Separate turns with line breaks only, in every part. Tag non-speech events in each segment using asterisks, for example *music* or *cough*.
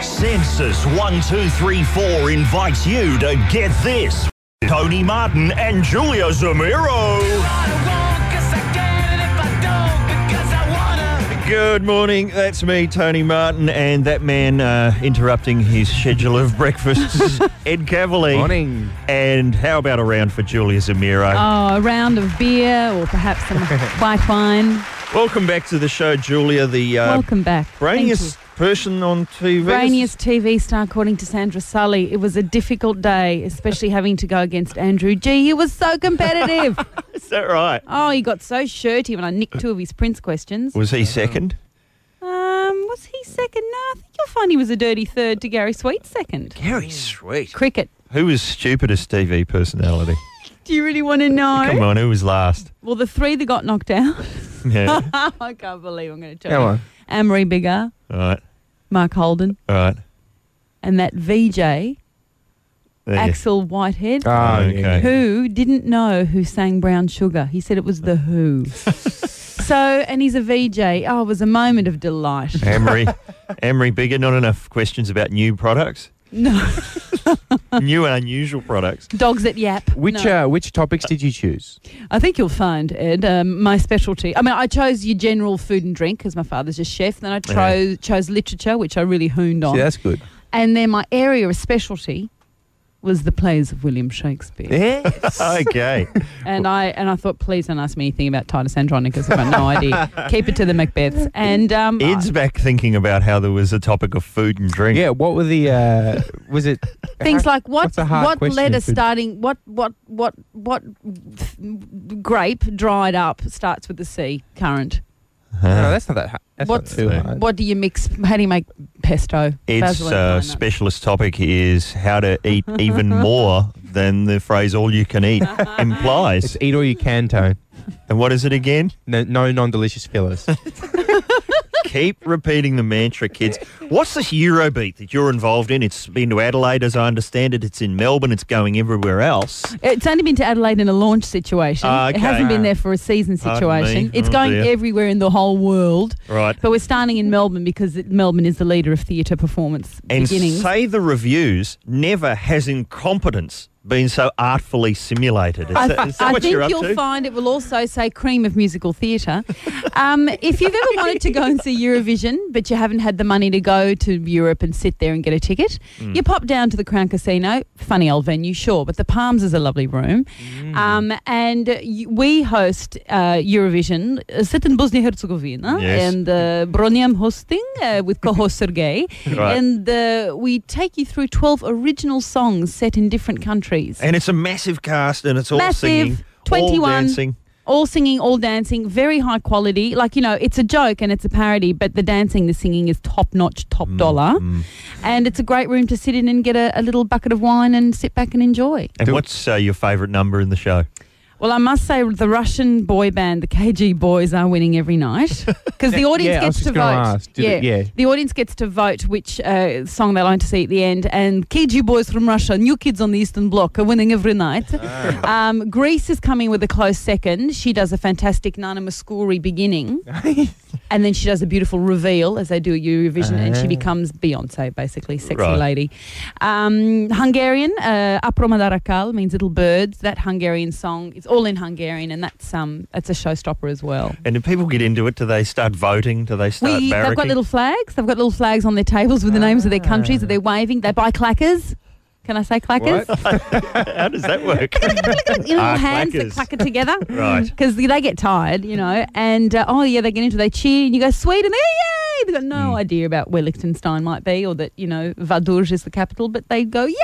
Census 1234 invites you to get this. Tony Martin and Julia Zamiro. Good morning. That's me, Tony Martin, and that man uh, interrupting his schedule of breakfasts, Ed Cavalier.
Morning.
And how about a round for Julia Zamiro?
Oh, a round of beer or perhaps
*laughs*
some white wine.
Welcome back to the show, Julia. The uh,
Welcome back. Thank you.
brainiest person on TV.
Brainiest TV star, according to Sandra Sully. It was a difficult day, especially having to go against Andrew G. He was
*laughs*
so competitive.
*laughs* Is that right?
oh, he got so shirty when I nicked two of his Prince questions. Um,
Was he second?
was he second? No, I think you'll find he was a dirty third to Gary Sweet second.
Very sweet.
Cricket.
Who was stupidest TV personality?
Do you really want to know?
Come on, who was last? *laughs*
Well, the three that got knocked out. *laughs*
Yeah.
I can't believe I'm going to tell
Come
you.
on.
Amory Biggar,
all right.
Mark Holden,
All right.
and that VJ,
There you-
Axel Whitehead.
Ah,
Okay.
yeah, yeah.
who didn't know who sang Brown Sugar. He said it was the Who. so, and he's a VJ. Oh, it was a moment of delight.
*laughs*
Amory, Amory Bigger, not enough questions about new
*laughs*
products,
No,
new and unusual products.
dogs at Yap.
Which
No.
uh, which topics did you choose?
I think you'll find Ed um, my specialty. I mean, I chose your general food and drink because my father's a chef. Then I chose chose literature, which I really hooned on,
See, that's
*laughs*
good.
and then my area of specialty was the plays of William Shakespeare.
Yes. *laughs*
Okay.
And I and I thought, please don't ask me anything about Titus Andronicus. I've got no idea. Keep it to the Macbeths. And um,
Ed's back thinking about how there was a topic of food and drink.
yeah. What were the? Uh, was it
things like
Uh-huh.
what
What's a hard
what
question
letter
if it-
starting what what what what grape dried up starts with the C current.
No,
Huh.
Oh, that's not that. Hard. That's
What's-
not too
Right.
hard.
What do you mix? How do you make pesto?
Ed's
Basil and
uh,
walnut.
specialist topic is how to eat
*laughs*
even more than the phrase "all you can eat" implies.
It's eat all you can tone.
And what is it again?
No, no non-delicious
*laughs*
fillers.
Keep repeating the mantra, kids. What's this Eurobeat that you're involved in? It's been to Adelaide, as I understand it. It's in Melbourne. It's going everywhere else.
It's only been to Adelaide in a launch situation.
Ah,
It
okay.
hasn't been there for a season
Pardon me.
situation. It's
Oh,
going
dear.
everywhere in the whole world.
Right.
But we're starting in Melbourne because it, Melbourne is the leader of theatre performance
And
beginnings.
say the reviews. Never has incompetence been so artfully simulated. Is
I,
that, is that
I
what
think
you're up
you'll
to?
find it will also say cream of musical theatre. Um, if you've ever wanted to go and see Eurovision, but you haven't had the money to go to Europe and sit there and get a ticket,
Hmm.
you pop down to the Crown Casino. Funny old venue, sure, but the Palms is a lovely room.
Hmm.
Um, and uh, y- we host uh, Eurovision, uh, sit in Bosnia Herzegovina,
Yes.
and uh, Broniam hosting uh, with
*laughs*
co host Sergei.
Right.
And uh, we take you through 12 original songs set in different countries.
and it's a massive cast, and it's all
Massive,
singing, all
21.
dancing.
all singing, all dancing, very high quality. Like, you know, it's a joke and it's a parody, but the dancing, the singing is top notch, top
Mm.
Mm,
dollar. And it's a great room to sit in and get a, a little bucket of wine and sit back and enjoy.
And what's uh, your favourite number in the show?
Well, I must say, the Russian boy band, the KG Boys, are winning every
*laughs*
night because the audience
Yeah, I was
gets to
just
vote.
gonna ask, did it- yeah.
the audience gets to vote which uh, song they like to see at the end. And KG Boys from Russia, New Kids on the Eastern Bloc, are winning every night. *laughs* Um, Greece is coming with a close second. She does a fantastic Nana Muscuri beginning, and then she does a beautiful reveal as they do at Eurovision, and she becomes Beyonce, basically, sexy
Right.
lady. Um, Hungarian, uh, Apromadarakal means little birds. That Hungarian song, it's all in Hungarian, and that's um, it's a showstopper as well.
And do people get into it? Do they start voting? Do they start
We, they've got
barracking?
little flags. They've got little flags on their tables with the names of their countries that they're
Ah.
waving. They buy clackers. Can I say clackers?
*laughs* How does that
*laughs*
work?
You know,
Ah,
little hands
clackers.
that clacker together.
*laughs* Right.
Because they get tired, you know. And uh, oh, yeah, they get into They cheer, and you go, Sweden, they yay! They've got no
Mm.
idea about where Liechtenstein might be or that, you know, Vaduz is the capital, but they go,
*laughs*
yay!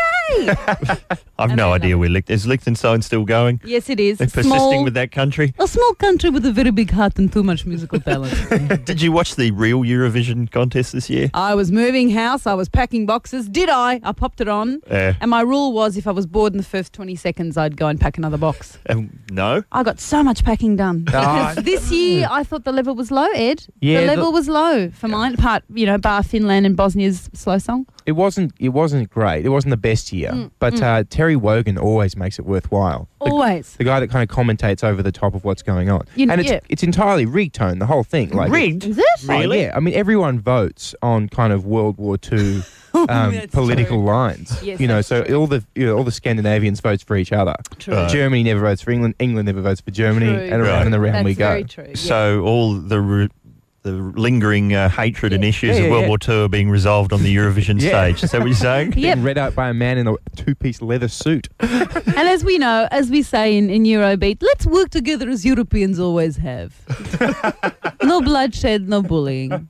I've
And
no
they
idea
love
where Licht- is Liechtenstein still going?
yes, it is.
They're persisting
small,
with that country. *laughs*
A small country with a very big heart and too much musical talent.
Did you watch the real Eurovision contest this year?
I was moving house, I was packing boxes. Did I? I popped it on.
Yeah.
And my rule was if I was bored in the first 20 seconds, I'd go and pack another box.
Um, no.
I got so much packing done.
Ah.
Because *laughs* this year, I thought the level was low, Ed.
Yeah,
the
the-
level was low for mine part, you know, bar Finland and Bosnia's slow song.
It wasn't. It wasn't great. It wasn't the best year. but Uh, Terry Wogan always makes it worthwhile. The-
Mm, Always.
the guy that kind of commentates over the top of what's going on.
You-
and it's
yeah.
it's entirely ringtone, the whole thing. Like
Rigged?
Is it?
Oh,
Really?
*laughs*
yeah. I mean, everyone votes on kind of World War II um,
That's
political
true.
lines.
Yes,
you know,
that's
so
true.
all the you know, all the Scandinavians votes for each other.
True.
Right.
Germany never votes for England. England never votes for Germany,
True.
and around
Right.
and around
That's
we go.
very true. yeah.
So all the re- the lingering uh, hatred and issues
Yeah,
of
yeah,
World
yeah.
War II are being resolved on the
*laughs*
Eurovision
Yeah.
stage. Is that what you're saying?
*laughs*
Yep.
Being read out by a man in a two-piece leather suit.
And as we know, as we say in, in Eurobeat, let's work together as Europeans always
*laughs*
have. no bloodshed, no bullying.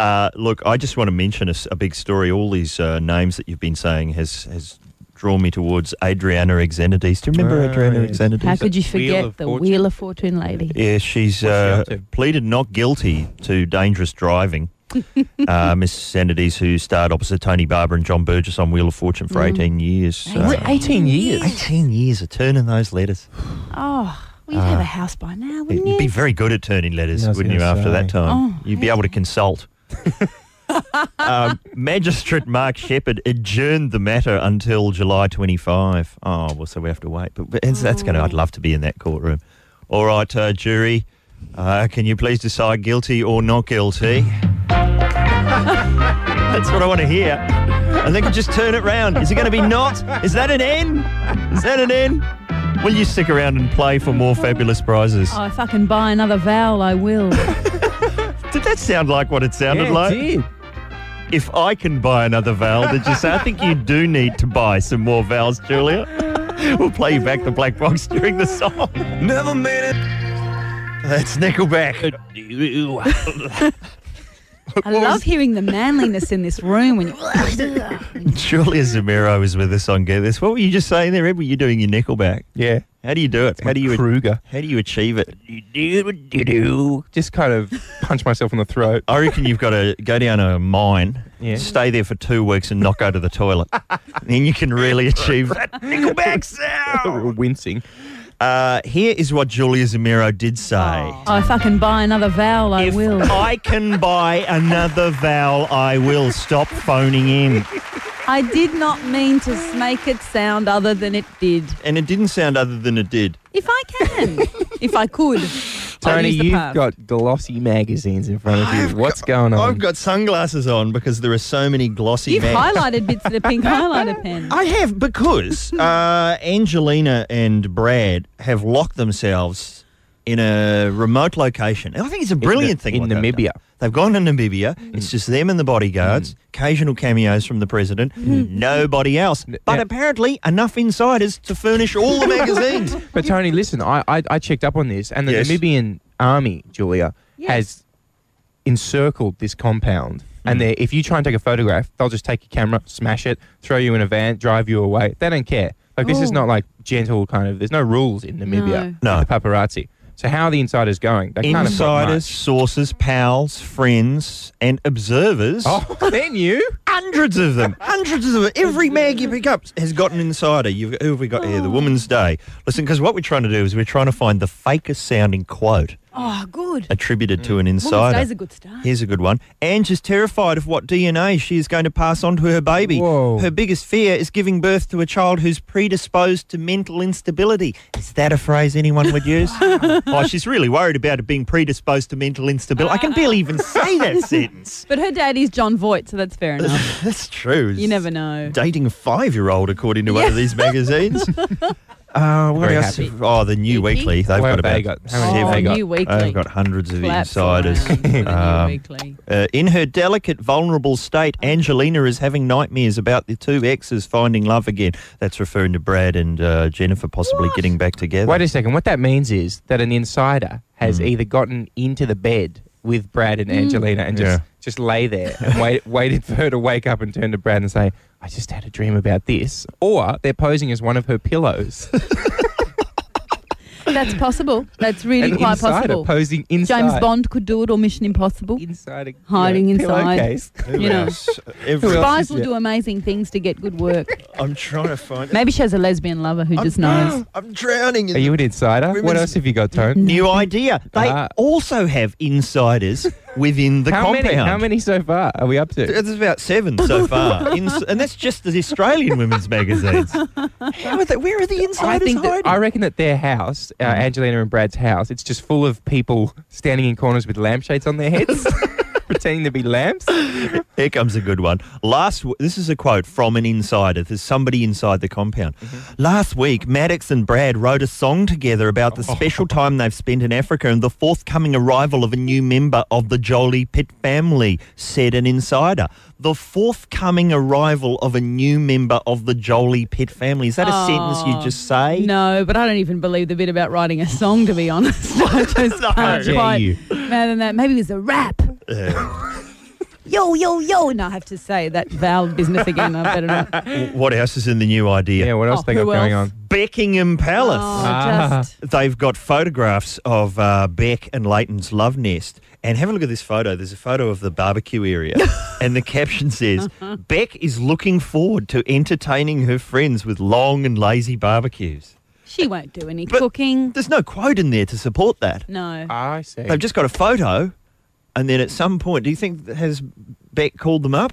Uh, look, I just want to mention a, s- a big story. All these uh, names that you've been saying has has drawn me towards Adriana Exenides. Do you remember
Ah,
Adriana
yes.
Exenides?
How could you
Wheel
forget
of
the
Fortune.
Wheel of Fortune lady?
Yeah, she's
What's she
uh,
up to?
pleaded not guilty to dangerous
*laughs*
driving. uh, Miss Sanides, who starred opposite Tony Barber and John Burgess on Wheel of Fortune for
Mm.
18 years.
Wait, 18 years?
18 years of turning those letters.
Oh, well, you'd
Ah.
have a house by now, wouldn't
You'd
you?
be very good at turning letters,
Yeah, I was
wouldn't you,
gonna
after that
say.
time?
Oh,
You'd be able to
*laughs*
consult. um, Magistrate Mark Shepherd adjourned the matter until July 25. Oh, well, so we have to wait. But, but it's- that's going to, I'd love to be in that courtroom. All right, uh, jury, uh, can you please decide guilty or not guilty? *laughs* that's what I want to hear. And they could just turn it round. Is it going to be not? Is that an N? Is that an N? Will you stick around and play for more fabulous prizes?
Oh, if I can buy another vowel,
*laughs*
I will.
Did that sound like what it sounded
Yeah,
like?
dear.
If I can buy another vowel, did you say? I think you do need to buy some more vowels, Julia. We'll play you back the black box during the song. Never made it. That's Nickelback.
I love hearing the manliness in this
*laughs*
room when you. Oh,
Julia Zamiro is with us on Get This. What were you just saying there, Ed? Were you doing your Nickelback?
Yeah.
How do you do it? How do you
Kruger?
how do you achieve it?
Just kind of punch myself in
*laughs*
the throat.
I reckon you've got to go down a mine,
Yeah.
stay there for two weeks, and not go to the toilet. then you can
*laughs*
really achieve that Nickelback sound.
Wincing.
Uh, here is what Julia Zamiro did say.
Oh, if I can buy another vowel, I
If
will.
I can buy another vowel, I will stop phoning in.
I did not mean to make it sound other than it did.
And it didn't sound other than it did.
If I can, if I could. I'll
Tony,
use the
you've
past.
got glossy magazines in front of you. What's going on?
I've got sunglasses on because there are so many glossy.
You've
men.
highlighted bits of
*laughs*
the pink highlighter pen.
I have
*laughs*
because uh, Angelina and Brad have locked themselves in a remote location. And I think it's a brilliant thing.
in
what they've
Namibia. Mm.
done. They've gone to Namibia. It's just them and the bodyguards. Occasional cameos from the president.
Mm.
Nobody else. But
now-
apparently, enough insiders to furnish all
*laughs*
the magazines.
But Tony, listen, I, I I checked up on this, and the
Yes.
Namibian army, Julia,
Yes.
has encircled this compound.
Hmm.
And they if you try and take a photograph, they'll just take your camera, smash it, throw you in a van, drive you away. They don't care. Like this is
Oh.
not like gentle kind of. There's no rules in Namibia.
No.
with The paparazzi. So how are the insiders going? They can't have got
Insiders, sources, pals, friends, and observers.
much. Oh, *laughs* then you.
Hundreds of them. Hundreds of them. Every mag you pick up has got an insider. You've, who have we got here?
Oh.
The Woman's Day. Listen, because what we're trying to do is we're trying to find the fakest sounding quote
Oh, good.
attributed to an
Mm. Woman's Day's
insider.
a good start.
Here's a good one. Ange is terrified of what DNA she is going to pass on to her baby.
Whoa.
Her biggest fear is giving birth to a child who's predisposed to mental instability. Is that a phrase anyone would
*laughs*
use? oh, she's really worried about it being predisposed to mental instability. I can barely even say
*laughs*
that sentence.
But her daddy's John Voight, so that's fair enough.
*laughs* That's true.
You never know.
dating a five-year-old, according to one of
Yeah.
these
*laughs*
magazines. uh, what
Very
else?
happy.
Oh, the New
Iggy?
Weekly. They've
What
got
have
about
they got? How many have they
seven-
got?
Oh, New Weekly.
They've got hundreds of
Claps
insiders.
around for the
*laughs*
New
Um,
Weekly.
Uh, in her delicate, vulnerable state, Angelina is having nightmares about the two exes finding love again. That's referring to Brad and uh, Jennifer possibly getting back together.
Wait a second. What that means is that an insider has
Hmm.
either gotten into the bed with Brad
Hmm.
and Angelina and just
Yeah.
just lay there and
*laughs*
wait, waited for her to wake up and turn to Brad and say, "I just had a dream about this," or they're posing as one of her pillows.
That's possible. That's really
an
quite
insider
possible.
posing inside.
James Bond could do it, or Mission Impossible.
Inside a
Hiding
you know,
inside. *laughs*
pillowcase.
Who
you know.
else? Every-
else
Spies
is
will
there?
do amazing things to get good work.
I'm trying to find.
Maybe she has a lesbian lover who
Oh,
I'm-
*gasps*
just knows.
*gasps* I'm drowning in
Are you an insider? What
Women's-
else have you got, Tone?
new idea. They
Ah.
also have insiders within the
How
compound.
many? How many so far are we up to?
There's about seven so far, in, and that's just the Australian women's magazines. How are they, where are the
I
insiders
think that,
hiding?
I reckon that their house, uh, Angelina and Brad's house, it's just full of people standing in corners with lampshades on their heads. pretending to be lamps.
Here comes a good one. Last, w- this is a quote from an insider. There's somebody inside the compound. Last week, Maddox and Brad wrote a song together about the special time they've spent in Africa and the forthcoming arrival of a new member of the Jolie Pitt family, said an insider. The forthcoming arrival of a new member of the Jolie Pitt family. Is that a sentence you
Oh,
just say?
No, but I don't even believe the bit about writing a song, to be *laughs* honest. I just can't
dare
quite.
you.
More than that, maybe it was a rap.
Uh,
yo, yo, yo. And I have to say that vowel business again. I
*laughs*
better not.
W- What else is in the new idea?
Yeah, what else
Oh,
they got
who
going
else?
on?
Beckingham Palace.
Ah.
Oh, just.
They've got photographs of uh, Beck and Leighton's love nest. And have a look at this photo. There's a photo of the barbecue area. and the caption says Beck is looking forward to entertaining her friends with long and lazy barbecues.
She won't do any
But-
cooking.
There's no quote in there to support that.
No.
I see.
They've just got a photo. And then at some point, do you think has Beck called them
*laughs*
up?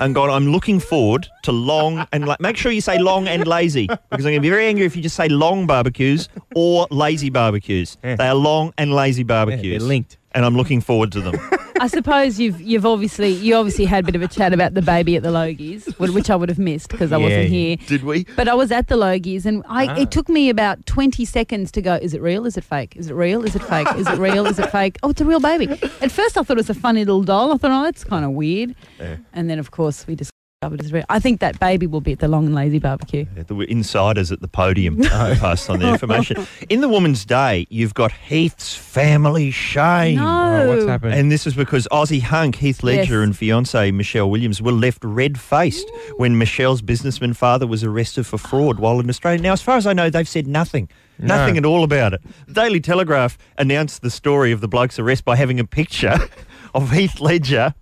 And gone, I'm looking forward to long and la- make sure you say long and lazy because I'm going to be very angry if you just say long barbecues or lazy barbecues.
Yeah.
They are long and lazy barbecues.
they're linked.
And I'm looking forward to
*laughs*
them.
I suppose you've you've obviously you obviously had a bit of a chat about the baby at the Logies, wh- which I would have missed because I
Yeah,
wasn't
yeah.
here.
Did we?
But I was at the Logies, and I
Ah.
it took me about twenty seconds to go. Is it real? Is it fake? Is it real? Is it fake? Is it real? Is it fake? Oh, it's a real baby. At first, I thought it was a funny little doll. I thought, oh, that's kind of weird.
Yeah.
And then, of course, we discovered it's real. I think that baby will be at the Long and Lazy Barbecue.
There were insiders at the
*laughs*
podium who passed on the information. In the Woman's Day, you've got Heath's family shame.
No,
Oh, what's happened?
And this is because Aussie hunk Heath Ledger
Yes.
and fiancee Michelle Williams were left red faced when Michelle's businessman father was arrested for fraud while in Australia. Now, as far as I know, they've said nothing.
No.
Nothing at all about it. The Daily Telegraph announced the story of the bloke's arrest by having a picture *laughs* of Heath Ledger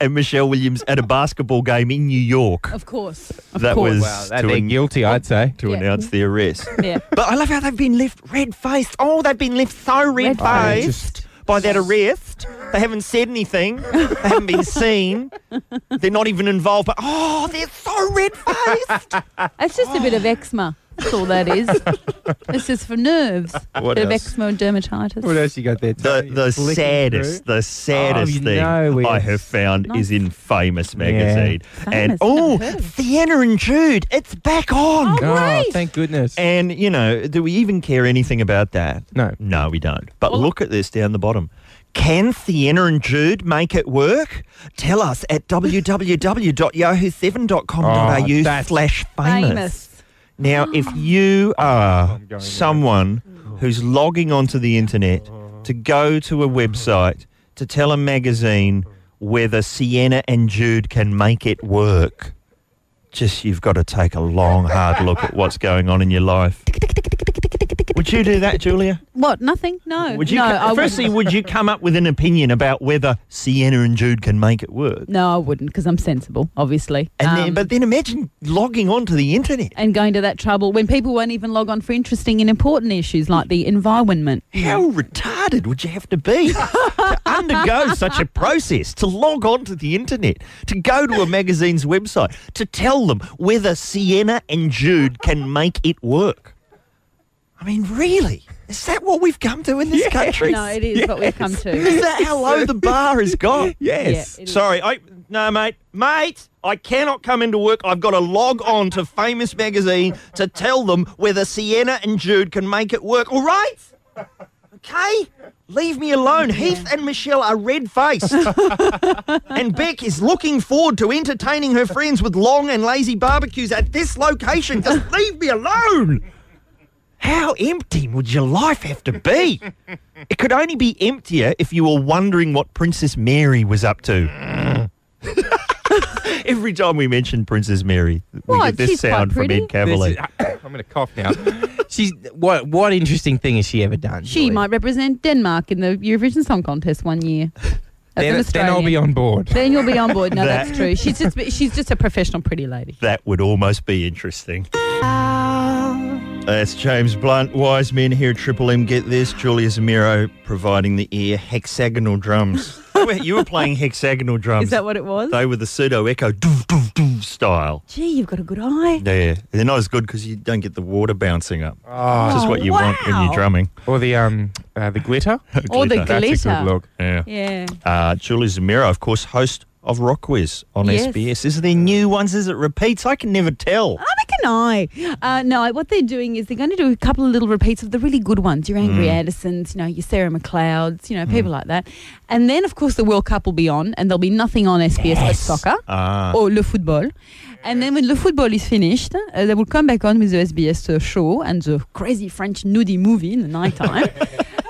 and Michelle Williams at a basketball game in New York
of course, of
That
course.
was-
wow, that,
to
they're
an-
guilty, I'd say.
to
Oh, Yeah.
announce the arrest.
yeah.
But I love how they've been left red faced. Oh, they've been left so red
Red-faced.
faced by that arrest. They haven't said anything. They haven't been seen. They're not even involved. But oh, they're so red faced.
It's just a bit of eczema. That's all that is. this is for nerves.
*laughs* What
bit
else?
of eczema and dermatitis.
What else you got there?
The,
Tony?
the
Flicking
saddest,
through.
the saddest
Oh, you
thing
know we-
I have found is in Famous magazine. And
Famous, never
oh,
heard of it.
Theanna and Jude, it's back on.
Oh.
Oh,
Great.
thank goodness.
And, you know, do we even care anything about that?
No.
No, we don't. But
Well-
look at this down the bottom. Can Sienna and Jude make it work? Tell us at
*laughs* Oh,
www.yahoo7.com.au
that's-
slash famous.
famous.
Now, if you are
*gasps* I'm going there.
someone who's logging onto the internet to go to a website to tell a magazine whether Sienna and Jude can make it work, just you've got to take a long, hard look at what's going on in your
*laughs*
life. Would you do that, Julia?
What? Nothing? No. *laughs*
Would you?
No,
co-
I
firstly,
wouldn't.
would you come up with an opinion about whether Sienna and Jude can make it work?
No, I wouldn't because I'm sensible, obviously.
And
Um,
then, but then imagine logging onto the internet.
and going to that trouble when people won't even log on for interesting and important issues like the environment.
How retarded would you have to
*laughs*
be to undergo such a process to log onto the internet, to go to a magazine's website, to tell them whether Sienna and Jude can make it work? I mean, really? Is that what we've come to in this country?
No, it is what we've come to.
Is that how low the bar has got?
yes.
Yeah, it is.
Sorry, I no, mate, mate. I cannot come into work. I've got to log on to Famous Magazine to tell them whether Sienna and Jude can make it work. All right, okay. Leave me alone. Heath and Michelle are red
*laughs*
faced. and Beck is looking forward to entertaining her friends with long and lazy barbecues at this location. Just leave me alone. How empty would your life have to be? It could only be emptier if you were wondering what Princess Mary was up to. *laughs* Every time we mention Princess Mary, we
What?
get this
She's quite
sound from
pretty.
Ed Cavalier.
*coughs* I'm going to cough now. She's what? What interesting thing has she ever done?
She
Julie?
might represent Denmark in the Eurovision Song Contest one
*laughs*
year. As an
Then, then I'll
Australian.
be on board.
Then you'll be on
*laughs*
board. No,
That-
that's true. She's just she's just a professional pretty lady.
That would almost be interesting. That's James Blunt,
*laughs*
Wise Men here at Triple M. Get this, Julia Zamiro providing the ear hexagonal drums. You were- you were playing hexagonal drums.
Is that what it was?
They were the pseudo echo doo, doo, doo style.
Gee, you've got a good eye.
Yeah, they're not as good because you don't get the water bouncing up,
Oh.
which is what you want when
Oh, wow.
you're drumming.
Or the um uh, the glitter.
*laughs* Or the
Glitter.
glitter.
That's a good look.
Yeah.
Yeah.
Uh, Julie Zamiro, of course, host of Rock Quiz on
Yes.
SBS. Is there new ones? Is it repeats? I can never tell.
Neither can I. Uh, no, what they're doing is they're going to do a couple of little repeats of the really good ones, your Angry
Mm.
Addisons, you know, your Sarah McLeods, you know, people like that. And then, of course, the World Cup will be on, and there'll be nothing on SBS but soccer
Ah,
or Le Football. And then, when Le Football is finished, uh, they will come back on with the SBS uh, show and the crazy French nudie movie in the night
*laughs*
time.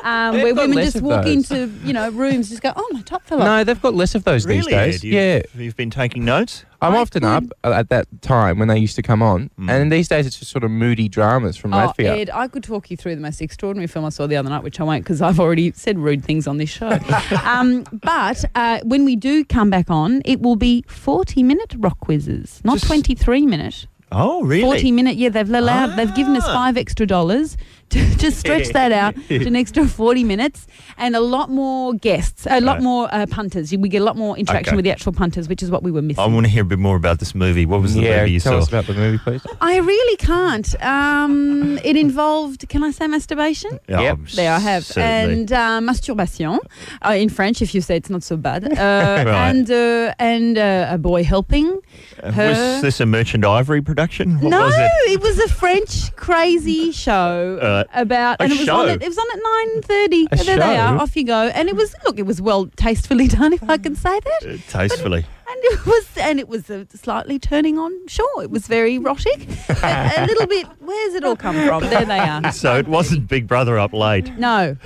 Um,
They've
where
got
women
less
just
of
walk
those.
into you know rooms, just go, oh my top fell off.
No, they've got less of those
really?
these days.
Ed? You-
yeah.
You've been taking notes?
I'm
I
often
could-
up at that time when they used to come on,
Mm.
and these days it's just sort of moody dramas from
Oh,
Latvia.
Ed, I could talk you through the most extraordinary film I saw the other night, which I won't because I've already said rude things on
*laughs*
this show. um, but uh, when we do come back on, it will be 40 minute rock quizzes, not
Just-
23 minute.
Oh, really?
40 minute, yeah, they've allowed, they've given us
Ah.
five extra dollars *laughs* to just
*laughs*
stretch that out to an extra 40 minutes and a lot more guests, a lot
Right.
more uh, punters. We get a lot more interaction
Okay.
with the actual punters, which is what we were missing.
I want to hear a bit more about this movie. What was the
yeah,
movie you
tell
saw?
us about the movie, please.
I really can't. Um, it involved, can I say masturbation?
Yeah, um,
Yep.
There I have.
certainly.
And uh, masturbation uh, in French, if you say it's not so bad. Uh,
*laughs* Right.
And uh, and uh, a boy helping.
Uh,
her-
was this a Merchant Ivory production? What
no,
was it?
was a French crazy show
All right.
about,
A
and it was
show?
on at, it was on at nine thirty.
A
There they are.
show?
Off you go. And it was look, it was well tastefully *laughs* done, if I can say that.
Uh, tastefully.
And it was, and it was a slightly turning on. Sure, it was very erotic. a, a little bit. Where's it all come from? There
*laughs*
they are.
So it wasn't Big Brother up late.
No,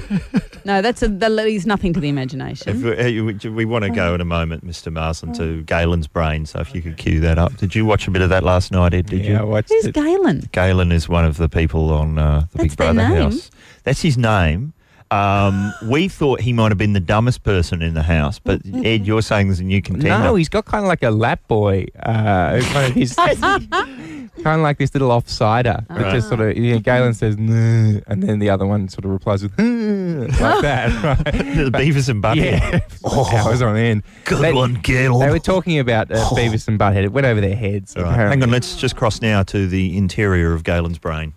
no, that's a, that leaves nothing to the imagination.
If we, uh, we- we want to go in a moment, Mr. Marsden,
Mm.
to Galen's brain. So if you could cue that up. Did you watch a bit of that last night, Ed? Did
yeah, I
you?
watched
Who's
it.
Galen?
Galen is one of the people on uh, the
That's
Big
their
Brother
name?
house. That's his name.
*gasps*
Um, we thought he might have been the dumbest person in the house, but Ed, you're saying there's a new contender.
No, he's got kind of like a lap boy. Uh, kind of
*laughs*
his, kind of like this little offsider. It
Right.
Ah.
just sort of you know, Galen says no, and then the other one sort of replies with "Hmm," like
*laughs*
that. Right?
the Beavis and Butthead.
Yeah, hours on end.
*laughs* Good
They-
one, Galen.
They were talking about uh, Beavis and Butthead. It went over their heads.
Oh. All right,
apparently.
Hang on, let's just cross now to the interior of Galen's
*laughs*
brain.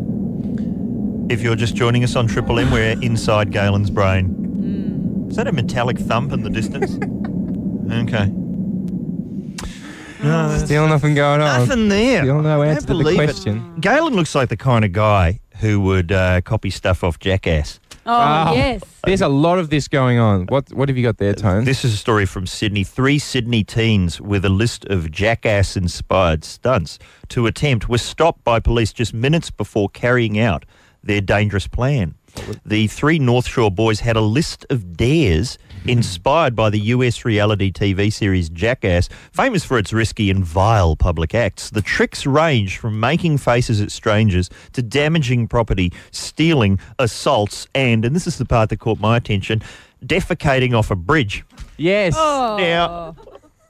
Mhm. If you're just joining us on Triple M, we're inside Galen's brain.
Mm.
Is that a metallic thump in the
*laughs*
distance? okay. No, that's-
Still nothing going on.
nothing there.
Still no
I don't
answer to the
believe it.
question.
Galen looks like the kind of guy who would uh, copy stuff off Jackass.
Oh,
Ah. *laughs*
Oh.
yes.
There's a lot of this going on. What What have you got there, Tone?
This is a story from Sydney. Three Sydney teens with a list of jackass inspired stunts to attempt were stopped by police just minutes before carrying out their dangerous plan. The three North Shore boys had a list of dares inspired by the US reality TV series Jackass, famous for its risky and vile public acts. The tricks range from making faces at strangers to damaging property, stealing, assaults, and, and this is the part that caught my attention, defecating off a bridge.
yes.
Oh,
Now,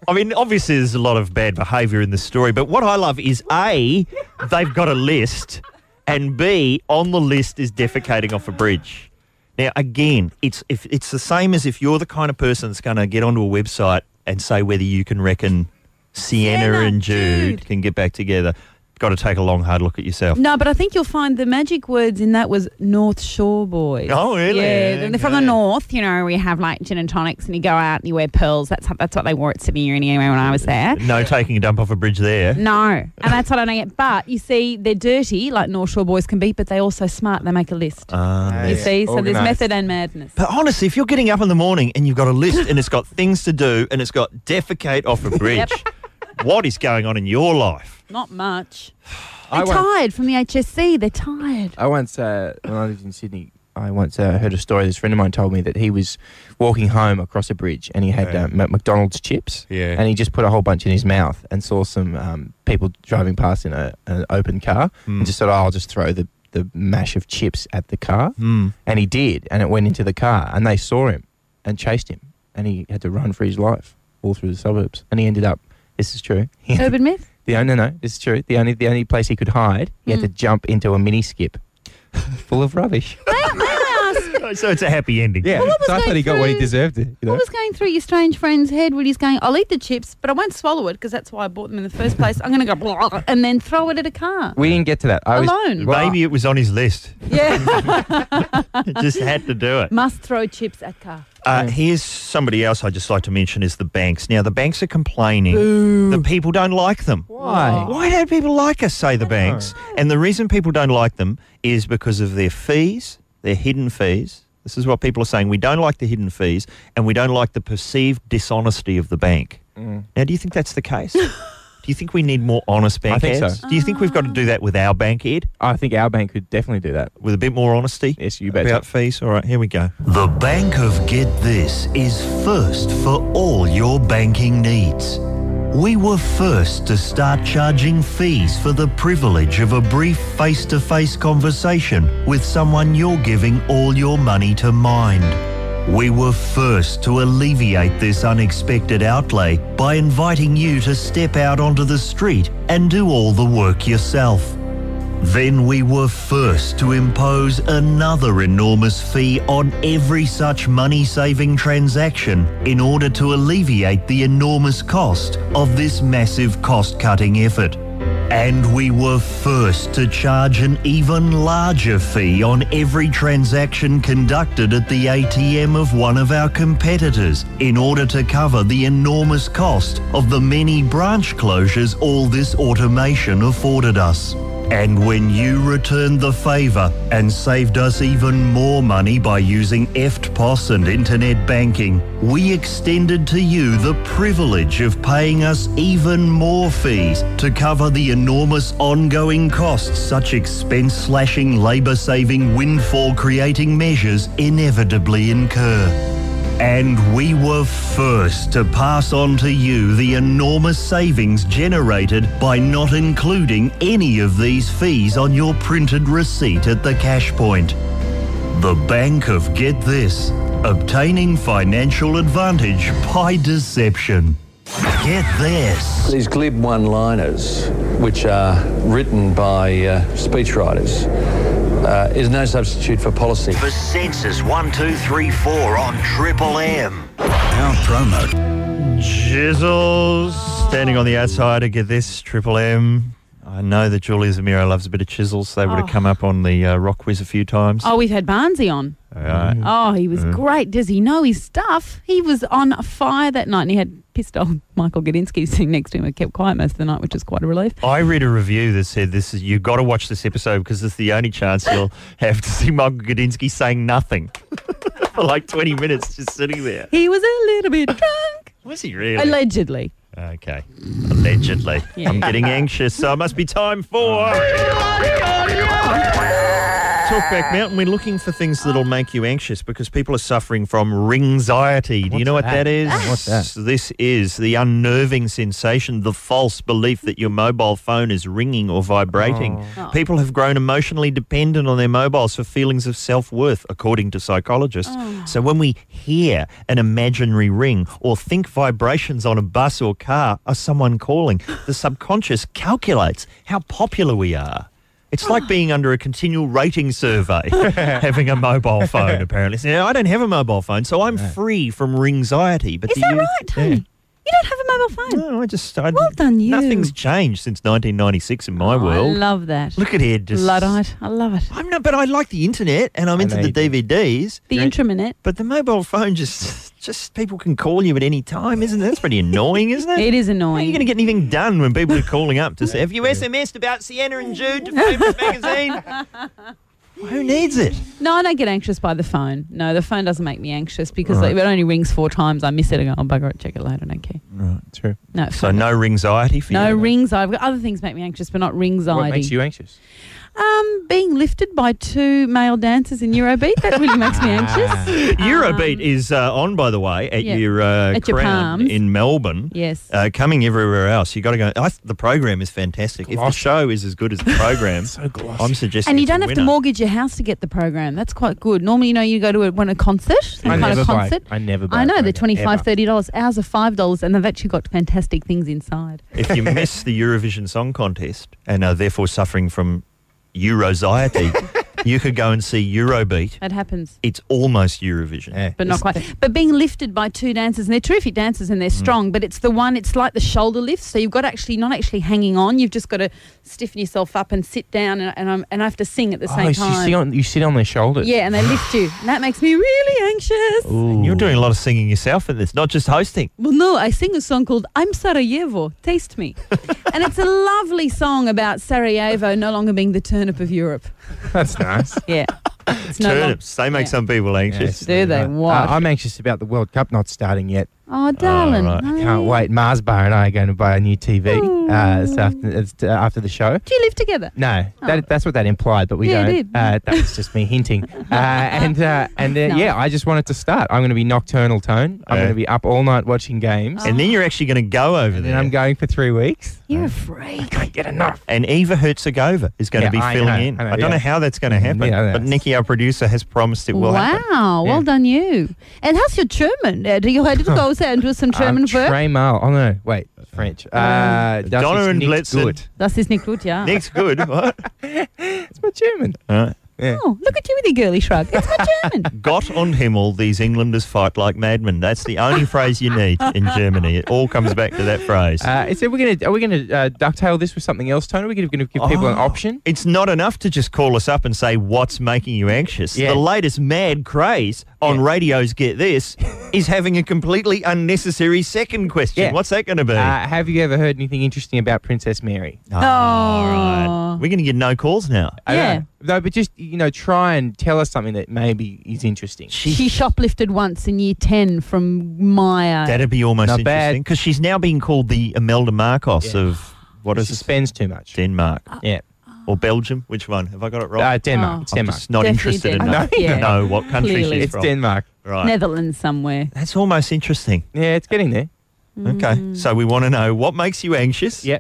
I mean, obviously, there's a lot of bad behaviour in this story, but what I love is A, they've got a list, and B, on the list is defecating off a bridge. Now, again, it's if it's the same as if you're the kind of person that's going to get onto a website and say whether you can reckon Sienna,
Sienna,
and Jude,
Jude.
can get back together. Got to take a long, hard look at yourself.
No, but I think you'll find the magic words in that was North Shore boys.
Oh, really?
Yeah, they're from the
Okay.
north. You know, we have like gin and tonics, and you go out and you wear pearls. That's how, that's what they wore at Sydney Uni anyway when I was there.
No taking a dump off a bridge there.
No, and that's what I don't get. But you see, they're dirty like North Shore boys can be, but they're also smart. They make a list.
Ah,
you
yeah.
see, so there's
Organised.
method and madness.
But honestly, if you're getting up in the morning and you've got a list and it's *laughs* got things to do and it's got defecate off a bridge, what is going on in your life?
Not much.
I
They're
won't-
tired from the HSC.
*laughs*
They're tired.
I once, uh, when I lived in Sydney, I once uh, heard a story. This friend of mine told me that he was walking home across a bridge and he had
Yeah.
uh, Mac- McDonald's chips.
Yeah.
And he just put a whole bunch in his mouth and saw some um, people driving past in a, an open car
Hmm.
and just thought, oh, I'll just throw the, the mash of chips at the car.
Hmm.
And he did. And it went into the car and they saw him and chased him. And he had to run for his life all through the suburbs. And he ended up, this is true, he
Urban myth.
The only no, no, it's true. The only the only place he could hide, he
Hmm.
had to jump into a mini
*laughs*
skip full of rubbish.
*laughs* so it's a happy ending.
Yeah,
what
so I
was
thought he
going
got what he
through-
deserved. It. You know?
What was going through your strange friend's head when he's going, I'll eat the chips, but I won't swallow it because that's why I bought them in the first place. I'm going to go *laughs* blah, and then throw it at a car.
we didn't get to that. I was
Alone.
Well,
Maybe it was on his *laughs* list.
*laughs* Yeah.
Just had to do it.
*laughs* Must throw chips at car.
Uh, here's somebody else I'd just like to mention is the banks. Now, the banks are complaining that people don't like them.
Why?
Why don't people like us, say the banks? And the reason people don't like them is because of their fees, their hidden fees. This is what people are saying. We don't like the hidden fees and we don't like the perceived dishonesty of the bank.
Mm.
Now, do you think that's the case? do you think we need more honest bank
I think so.
ads? Do you think we've got to do that with our bank, Ed?
I think our bank could definitely do that.
With a bit more honesty?
Yes, you betcha.
About fees? All right, here we go.
The Bank of Get This is first for all your banking needs. We were first to start charging fees for the privilege of a brief face to face conversation with someone you're giving all your money to mind. We were first to alleviate this unexpected outlay by inviting you to step out onto the street and do all the work yourself. Then we were first to impose another enormous fee on every such money saving transaction in order to alleviate the enormous cost of this massive cost cutting effort. And we were first to charge an even larger fee on every transaction conducted at the ATM of one of our competitors in order to cover the enormous cost of the many branch closures all this automation afforded us. And when you returned the favour and saved us even more money by using EFTPOS and internet banking, we extended to you the privilege of paying us even more fees to cover the enormous ongoing costs such expense slashing, labour saving, windfall creating measures inevitably incur. And we were first to pass on to you the enormous savings generated by not including any of these fees on your printed receipt at the cash point. The Bank of Get This Obtaining Financial Advantage by Deception. Get this.
These glib one liners, which are written by uh, speechwriters, uh, is no substitute for policy.
for Census 1234 on Triple M. Our promo
Chisels standing on the outside to get this Triple M. I know that Julia Zamiro loves a bit of chisels. They would have come up on the uh, rock quiz a few times.
Oh, we've had Barnsey on.
All right.
Oh, he was great. Does he know his stuff? He was on fire that night and he had pissed old *laughs* Michael Gadinsky sitting next to him and kept quiet most of the night, which is quite a relief.
I read a review that said this is you've got to watch this episode because it's the only chance you'll *laughs* have to see Michael Gadinsky saying nothing *laughs* for like 20 minutes, just sitting there.
He was a little *laughs* bit drunk.
Was he really?
Allegedly.
okay, allegedly.
Yeah.
I'm getting anxious, so it must be time for. Talkback Mountain, we're looking for things that'll make you anxious because people are suffering from ringsiety. Do you
What's
know what
that?
that is?
What's that?
This is the unnerving sensation, the false belief that your mobile phone is ringing or vibrating. People have grown emotionally dependent on their mobiles for feelings of self worth, according to psychologists. So when we hear an imaginary ring or think vibrations on a bus or car are someone calling, the subconscious calculates how popular we are. It's like being under a continual rating survey, having a mobile phone, apparently. So, Now, I don't have a mobile phone, so I'm free from ringsiety. But
Is
do
that
you,
right,
Yeah.
honey? You don't have a mobile phone.
No, I just I,
Well done, you.
Nothing's changed since 1996 in my
Oh,
world.
I love that.
Look at Ed just
Luddite. I love it.
I'm not, but I like the internet and I'm
I
into
know
the
you do.
DVDs.
The intranet.
But the mobile phone just just people can call you at any time, isn't it? That's pretty annoying, isn't it?
*laughs* It is
*laughs* How are
annoying.
you going to get anything done when people are calling up to say, "Have you SMS'd about Sienna and Jude to Famous
*laughs*
Magazine?" Who needs it?
No, I don't get anxious by the phone. No, the phone doesn't make me anxious because if it only rings four times, I miss it. I go, oh, bugger it, check it later. I don't care.
True.
No,
So no anxiety for
no
you.
rings. I've got other things make me anxious, but not rings.
What makes you anxious?
Um, being lifted by two male dancers in Eurobeat, that really makes
*laughs*
me anxious.
Eurobeat is uh, on, by the way, at
um, yeah.
your uh,
At your
Crown
Palms.
in Melbourne.
Yes.
Uh, coming everywhere else, you got to go. I, th- the program is fantastic. If
Glossy.
the show is as good as the
*laughs*
program, I'm suggesting.
And you
it's a
don't have to
winner.
mortgage your house to get the program. That's quite good. Normally, you know, you go to a, when a concert, some
I
kind
never
of
buy-
concert.
I never buy
I
a
know they're
program,
twenty
ever.
five, thirty dollars. Ours are five dollars, and they've actually got fantastic things inside.
If you miss the Eurovision Song Contest and are therefore suffering from
*laughs*
Euroxiety, you could go and see Eurobeat.
That happens.
It's almost Eurovision.
Yeah.
But not quite. But being lifted by two dancers, and they're terrific dancers and they're
Mm.
strong, but it's the one, it's like the shoulder lifts. So you've got to actually, not actually hanging on, you've just got to stiffen yourself up and sit down, and, and, I'm, and I have to sing at the
Oh,
same
so you,
time.
sit on, you sit on their shoulders.
yeah, and they lift you. And that makes me really
Oh.
anxious.
And You're doing a lot of singing yourself in this, not just hosting.
Well, no, I sing a song called I'm Sarajevo,
*laughs*
Taste Me. and it's a lovely song about Sarajevo no longer being the turnip of Europe.
*laughs* That's nice.
Yeah. It's no long-
Turnips, they make
yeah.
some people anxious.
Do they? What?
Uh, I'm anxious about the World Cup not starting yet.
oh, darling.
right.
no.
Can't wait. Mars Bar and I are going to buy a new TV uh, this
Oh.
after, it's, uh, after the show.
Do you live together?
No,
Oh.
that, that's what that implied, but we
Yeah, it
don't.
did.
Uh, that was just me
*laughs*
hinting. Uh, and uh, and uh,
No.
yeah, I just wanted to start. I'm going to be nocturnal tone. I'm
Yeah.
going to be up all night watching games,
Oh.
And then you're actually going to go over
and
there.
then I'm going for three weeks.
You're a freak.
Can't get enough.
and Eva Herzegovina is going
Yeah,
to be
I
filling
know,
in. I,
I know,
don't
yeah.
know how that's going to
Mm,
happen,
yeah,
but
that's-
Nikki, our producer, has promised it will
wow,
happen.
well
Yeah.
done you. And how's your German? Uh, do you ready to go there and
*laughs*
do some German Oh.
I'm
work?
Tremal. Um, Oh no, wait, French. Uh, das
Donna
ist
and
nicht
Blitzen.
Good.
Das ist nicht gut, ja.
Nick's
*laughs*
good. What?
It's my German.
Uh,
Yeah.
Oh, look at you with your girly shrug. It's my
*laughs*
German.
Got on Himmel, these Englanders fight like madmen. That's the only phrase you need in Germany. It all comes back to that phrase.
Uh, is it, we're gonna are we gonna uh, ducktail this with something else, Tony? Are we gonna, gonna give people an
Oh.
option?
It's not enough to just call us up and say what's making you anxious.
Yeah.
The latest mad craze on
Yeah.
radio's Get
*laughs*
This is having a completely unnecessary second question.
Yeah.
What's that going to be?
Uh, have you ever heard anything interesting about Princess Mary?
Oh, all right. We're going to get no calls now.
I don't
Yeah.
know. No, Uh, but just you know, try and tell us something that maybe is interesting.
She shoplifted once in year 10 from Maya.
That'd be almost
Not bad.
interesting because she's now being called the Imelda Marcos
Yeah.
of what
She
is this?
spends too much.
Denmark
yeah,
or Belgium? Which one? Have I got it right?
uh, Denmark.
Oh.
It's
I'm
Denmark.
just not
Definitely
interested enough
*laughs*
Denmark.
to
Yeah.
know what country
Clearly.
she's
It's
from.
Denmark.
Right.
Netherlands somewhere.
That's almost interesting.
Yeah, it's getting there.
Okay. So we want to know what makes you anxious.
Yeah,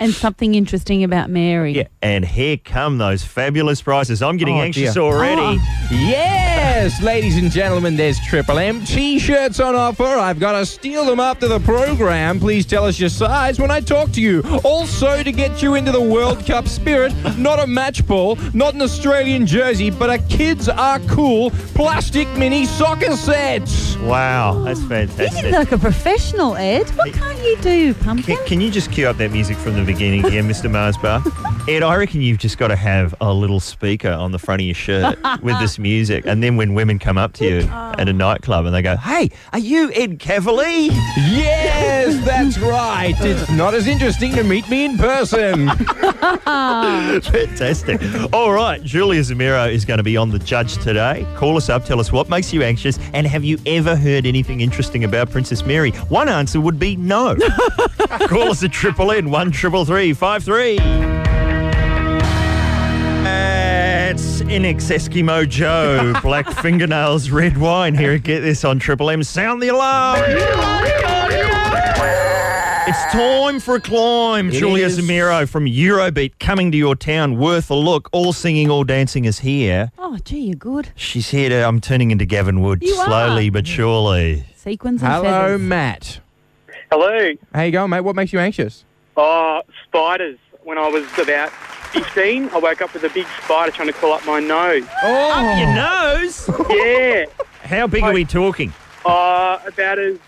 And something interesting about Mary.
Yeah.
And here come those fabulous prices. I'm getting
Oh,
anxious
dear.
already.
Yes, ladies and gentlemen, there's Triple M t-shirts on offer. I've got to steal them after the program. Please tell us your size when I talk to you. Also, to get you into the World Cup spirit, not a match ball, not an Australian jersey, but a kids are cool plastic mini soccer sets.
Wow, that's
You
fantastic.
did like a professional, Ed. What can't you do, Pumpkin?
Can, can you just cue up that music from the beginning again, Mr. Marsbar? Ed, I reckon you've just got to have a little speaker on the front of your shirt with this music, and then when women come up to you at a nightclub and they go, "Hey, are you Ed Cavalier?"
Yes, that's right. It's not as interesting to meet me in person.
Fantastic. All right, Julia Zamiro is going to be on the judge today. Call us up, tell us what makes you anxious, and have you ever heard anything interesting about Princess Mary? One answer would be no. Call us at triple N one triple three five three. It's in Eskimo Joe, black fingernails, red wine. Here, at get this on Triple M. Sound the alarm. It's time for a climb.
It
Julia
is.
Zamiro from Eurobeat coming to your town. Worth a look. All singing, all dancing is here.
Oh, gee, you're good.
She's here to. I'm turning into Gavin Wood
You
slowly
are.
but surely.
Sequins and
Hello,
feathers.
Matt.
Hello.
How you going, mate? What makes you anxious?
Oh, spiders. When I was about 15, I woke up with a big spider trying to crawl up my nose.
Your nose.
Yeah.
How big are we talking?
Uh, about as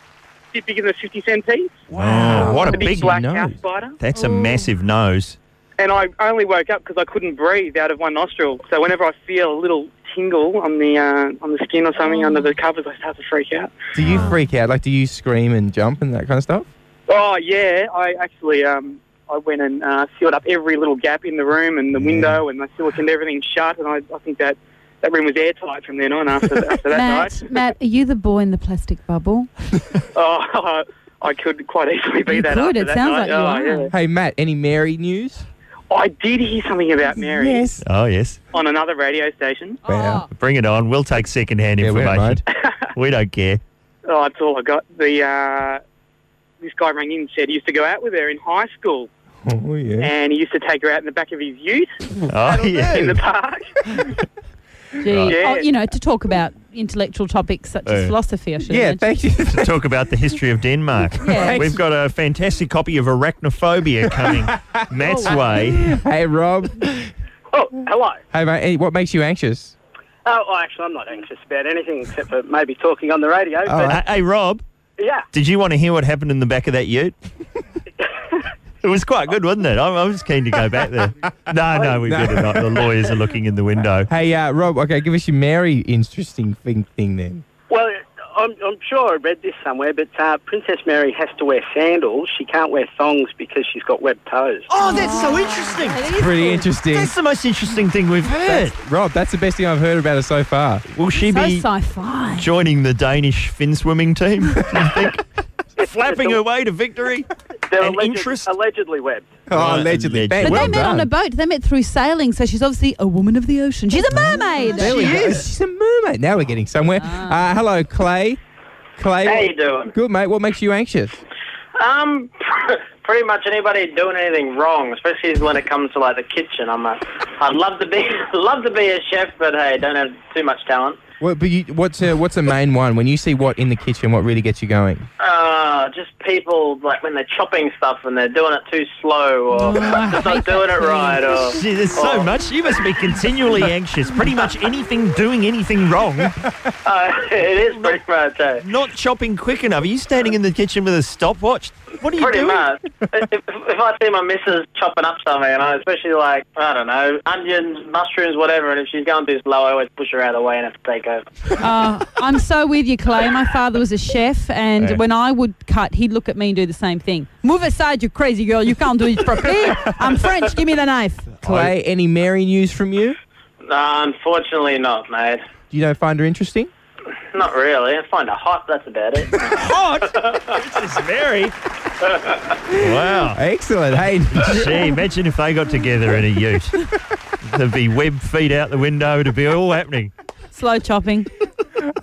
bit bigger than a 50 cent piece.
Wow, Oh, what a
A big,
big
black
nose.
house spider.
That's a massive nose.
And I only woke up because I couldn't breathe out of one nostril. So whenever I feel a little tingle on the uh, on the skin or something under the covers, I start to freak out.
Do you freak out? Like, do you scream and jump and that kind of stuff?
Oh yeah, I actually um, I went and uh, sealed up every little gap in the room and
Mm.
the window, and I siliconed everything shut. And I, I think that that room was airtight from then on
*laughs*
after, after that
Matt,
night.
Matt, are you the boy in the plastic bubble?
Oh, *laughs* I could quite easily be
You
that.
could,
after
it
that
sounds
night.
like you
Oh,
are.
yeah.
Hey, Matt, any Mary news?
I did hear something about Mary
Yes.
Oh, yes.
on another radio station.
Wow.
Bring it on. We'll take second-hand
Yeah, we don't
information. we don't care.
Oh, that's all I got. The uh, this guy rang in and said he used to go out with her in high school,
Oh, yeah.
and he used to take her out in the back of his ute
Oh,
in
yeah.
the park. *laughs*
Gee.
Yeah.
Oh, you know, to talk about intellectual topics such as
Yeah.
philosophy, I should
Yeah,
mention.
thank you. *laughs*
To talk about the history of Denmark.
Yeah.
We've got a fantastic copy of Arachnophobia coming Matt's way.
hey, Rob.
Oh, hello.
Hey, mate, hey, what makes you anxious?
Oh, well, actually, I'm not anxious about anything except for maybe talking on the radio.
All
but
right.
Uh, hey, Rob,
yeah,
did you want to hear what happened in the back of that ute? It was quite good, wasn't it? I, I was keen to go back there. No, no, we
No.
better not. The lawyers are looking in the window.
Hey, uh, Rob, okay, give us your Mary interesting thing, thing then.
well, I'm, I'm sure I read this somewhere, but uh, Princess Mary has to wear sandals. She can't wear thongs because she's got webbed toes.
Oh, that's so interesting.
Pretty interesting.
That's the most interesting thing we've heard.
Rob, that's the best thing I've heard about her so far.
Will she
So
be
sci-fi.
joining the Danish fin swimming team? Do you think? Flapping her way to victory.
They're
An
alleged-
interest?
allegedly webbed.
Oh,
Right,
allegedly.
allegedly.
Bang,
But
well
they met
done.
on a boat. They met through sailing, so she's obviously a woman of the ocean. She's a mermaid.
Oh, There we go. She's a mermaid. Now we're getting somewhere. Uh, hello, Clay. Clay.
How
what-
you doing?
Good, mate. What makes you anxious?
Um, *laughs* pretty much anybody doing anything wrong, especially when it comes to like the kitchen. I'm a, I'd love to be, *laughs* love to be a chef, but hey, don't have too much talent.
What, but you, what's uh, what's the main one? When you see what in the kitchen, what really gets you going?
Uh, just people like when they're chopping stuff and they're doing it too
*laughs*
slow, or just not doing it right, or
Gee, there's so
Oh.
much. You must be continually anxious. Pretty much anything doing anything wrong,
uh, *laughs* it is pretty much. Uh,
not chopping quick enough. Are you standing in the kitchen with a stopwatch? What are you
Pretty
doing? *laughs*
much. if, if I see my missus chopping up something, and I especially like, I don't know, onions, mushrooms, whatever, and if she's going too slow, I always push her out of the way and have to take over.
Oh, I'm so with you, Clay. My father was a chef, and
Yeah.
when I would cut, he'd look at me and do the same thing. Move aside, you crazy girl. You can't do it properly.
*laughs*
I'm French. Give me the knife.
Clay, any Mary news from you?
No, unfortunately not, mate.
You don't find her interesting?
Not really. I find her hot, that's about it.
Hot. This is Mary. Wow.
Excellent. Hey, *laughs*
Gee, imagine if they got together in a ute. There'd be web feet out the window. It'd be all happening.
Slow chopping.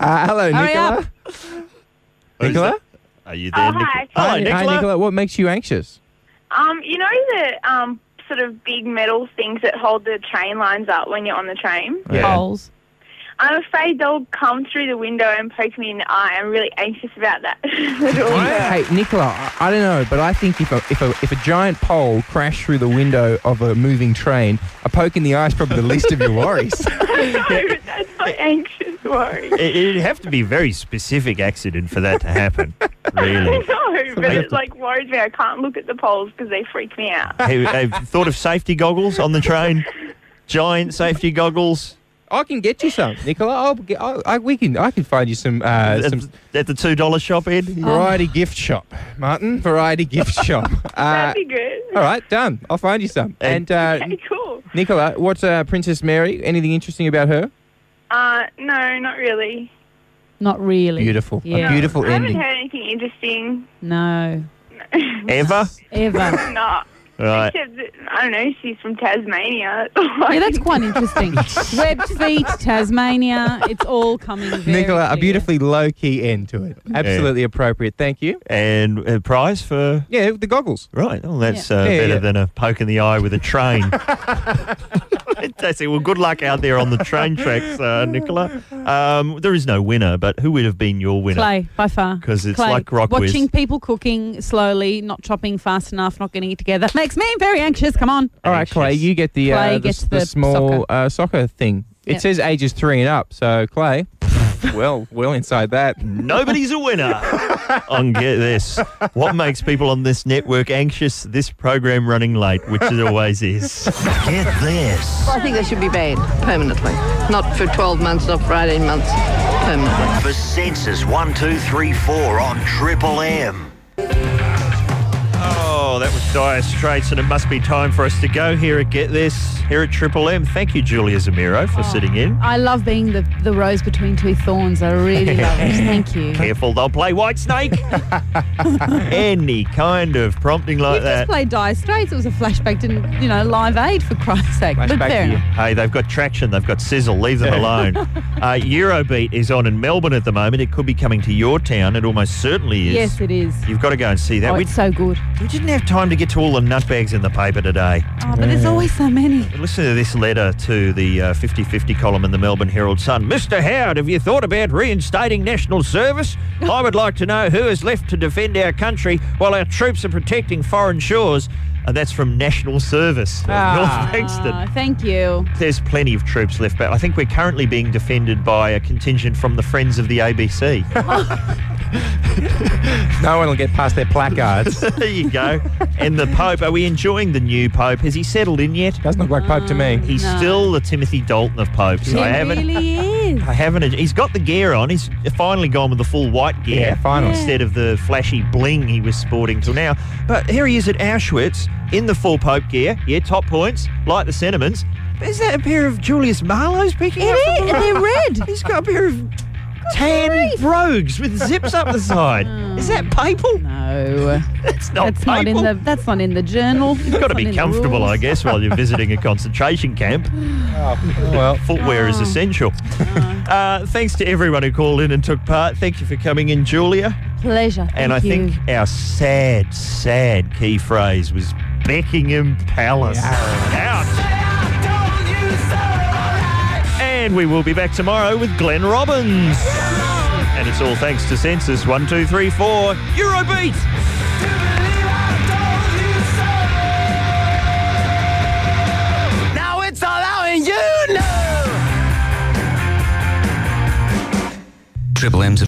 uh, hello,
Hurry
Nicola.
up.
Who's
Nicola?
that? Are you there,
Oh,
Nicola?
hi.
Hello,
hi,
Nicola.
hi, Nicola. What makes you anxious?
Um, you know the um sort of big metal things that hold the train lines up when you're on the train.
Holes.
I'm afraid they'll come through the window and poke me in the eye. I'm really anxious about that. *laughs*
*laughs*
Hey, Nicola, I, I don't know, but I think if a, if, a, if a giant pole crashed through the window of a moving train, a poke in the eye is probably the least of your *laughs* worries.
That's my anxious worry.
It, it'd have to be a very specific accident for that to happen, really.
*laughs* No, but
have
it
to-
like worries me. I can't look at the poles because they freak me out.
Uh,
Have, have thought of safety goggles on the train? Giant safety goggles
I can get you some, Nicola. I'll get, I, I, we can, I can find you some, uh,
at,
some
at the two dollar shop, Ed.
variety gift shop, Martin. Variety gift *laughs* shop. Uh,
That'd be good.
all right, done. I'll find you some. And uh,
Okay, cool.
Nicola, what's uh, Princess Mary? Anything interesting about her?
Uh, no, not really.
Not really.
Beautiful.
Yeah.
A beautiful
I haven't
ending.
heard anything interesting.
No.
Ever?
Ever.
Uh,
Nah.
Right.
Except that, I don't know. She's from Tasmania. *laughs*
Yeah, that's
*laughs*
quite interesting. Webbed feet, Tasmania. It's all coming. Very
Nicola, a
clear.
beautifully low key end to it. Absolutely appropriate. Thank you.
And a prize for
Yeah, the goggles.
right. Well, that's uh,
Yeah,
better
yeah.
than a poke in the eye with a train. Fantastic. Well, good luck out there on the train tracks, uh, Nicola. Um, there is no winner, but who would have been your winner?
Clay, by far.
'Cause it's
Clay.
like rock whiz.
Watching people cooking slowly, not chopping fast enough, not getting it together *laughs* makes me very anxious. Come on.
All right, Clay,
Anxious.
you get the, uh,
Clay
the,
gets
the
the
small
soccer.
Uh, soccer thing. It
Yep.
says ages three and up. So, Clay, *laughs* well, well inside that.
Nobody's a winner. on get this. What makes people on this network anxious? This program running late, which it always is.
Get this.
I think they should be banned permanently, not for 12 months, not for 18 months, permanently.
For Census 1234 on Triple M.
Oh, that was Dire Straits, and it must be time for us to go here at Get This. here at Triple M. Thank you, Julia Zamiro,
Oh.
for sitting in.
I love being the, the rose between two thorns. I really love
*laughs*
it. Thank you. You
Careful, they'll play White
*laughs*
Snake. Any kind of prompting like
just
that.
played Dire Straits. It was a flashback to, you know, Live Aid, for Christ's sake. but
Flashback
fair
to you.
enough.
Hey, they've got traction. They've got sizzle. Leave them
*laughs*
alone. Uh, Eurobeat is on in Melbourne at the moment. It could be coming to your town. It almost certainly is.
Yes, it is.
You've got to go and see that.
Oh,
we,
it's so good.
we didn't have time to get to all the nutbags in the paper today.
Oh, but there's always so many.
Listen to this letter to the uh, 50-50 column in the Melbourne Herald Sun. Mr Howard, have you thought about reinstating national
*laughs*
service? I would like to know who is left to defend our country while our troops are protecting foreign shores. And that's from National Service, uh, North Frankston.
Ah, thank you.
There's plenty of troops left back. I think we're currently being defended by a contingent from the Friends of the
*laughs*
ABC.
No one will get past their *laughs* placards.
there you go. And the Pope, are we enjoying the new Pope? Has he settled in yet?
Doesn't look like Pope to me.
He's
No.
still the Timothy Dalton of Popes. I
It
haven't *laughs*
really is.
I haven't. He's got the gear on. He's finally gone with the full white gear.
Yeah, finally.
Instead of the flashy bling he was sporting till now. But here he is at Auschwitz in the full Pope gear. Yeah, top points, like the sentiments. But is that a pair of Julius Marlowe's picking up?
It
from
is.
the-
They're red.
He's got a pair of tan brogues with zips up the side. Is that papal?
No, uh,
*laughs* That's not
that's
papal.
not in the. That's not in the journal.
Oh, You've got to be comfortable, I
guess.
guess, while you're visiting a concentration camp.
Well,
*laughs* Footwear is essential. *laughs* Uh, thanks to everyone who called in and took part. Thank you for coming in, Julia.
Pleasure.
And I
Thank you.
think our sad, sad key phrase was Beckingham Palace. Out. And we will be back tomorrow with Glenn Robbins. And it's all thanks to Census 1234 Eurobeat.
Now it's all out and you know. Triple M's.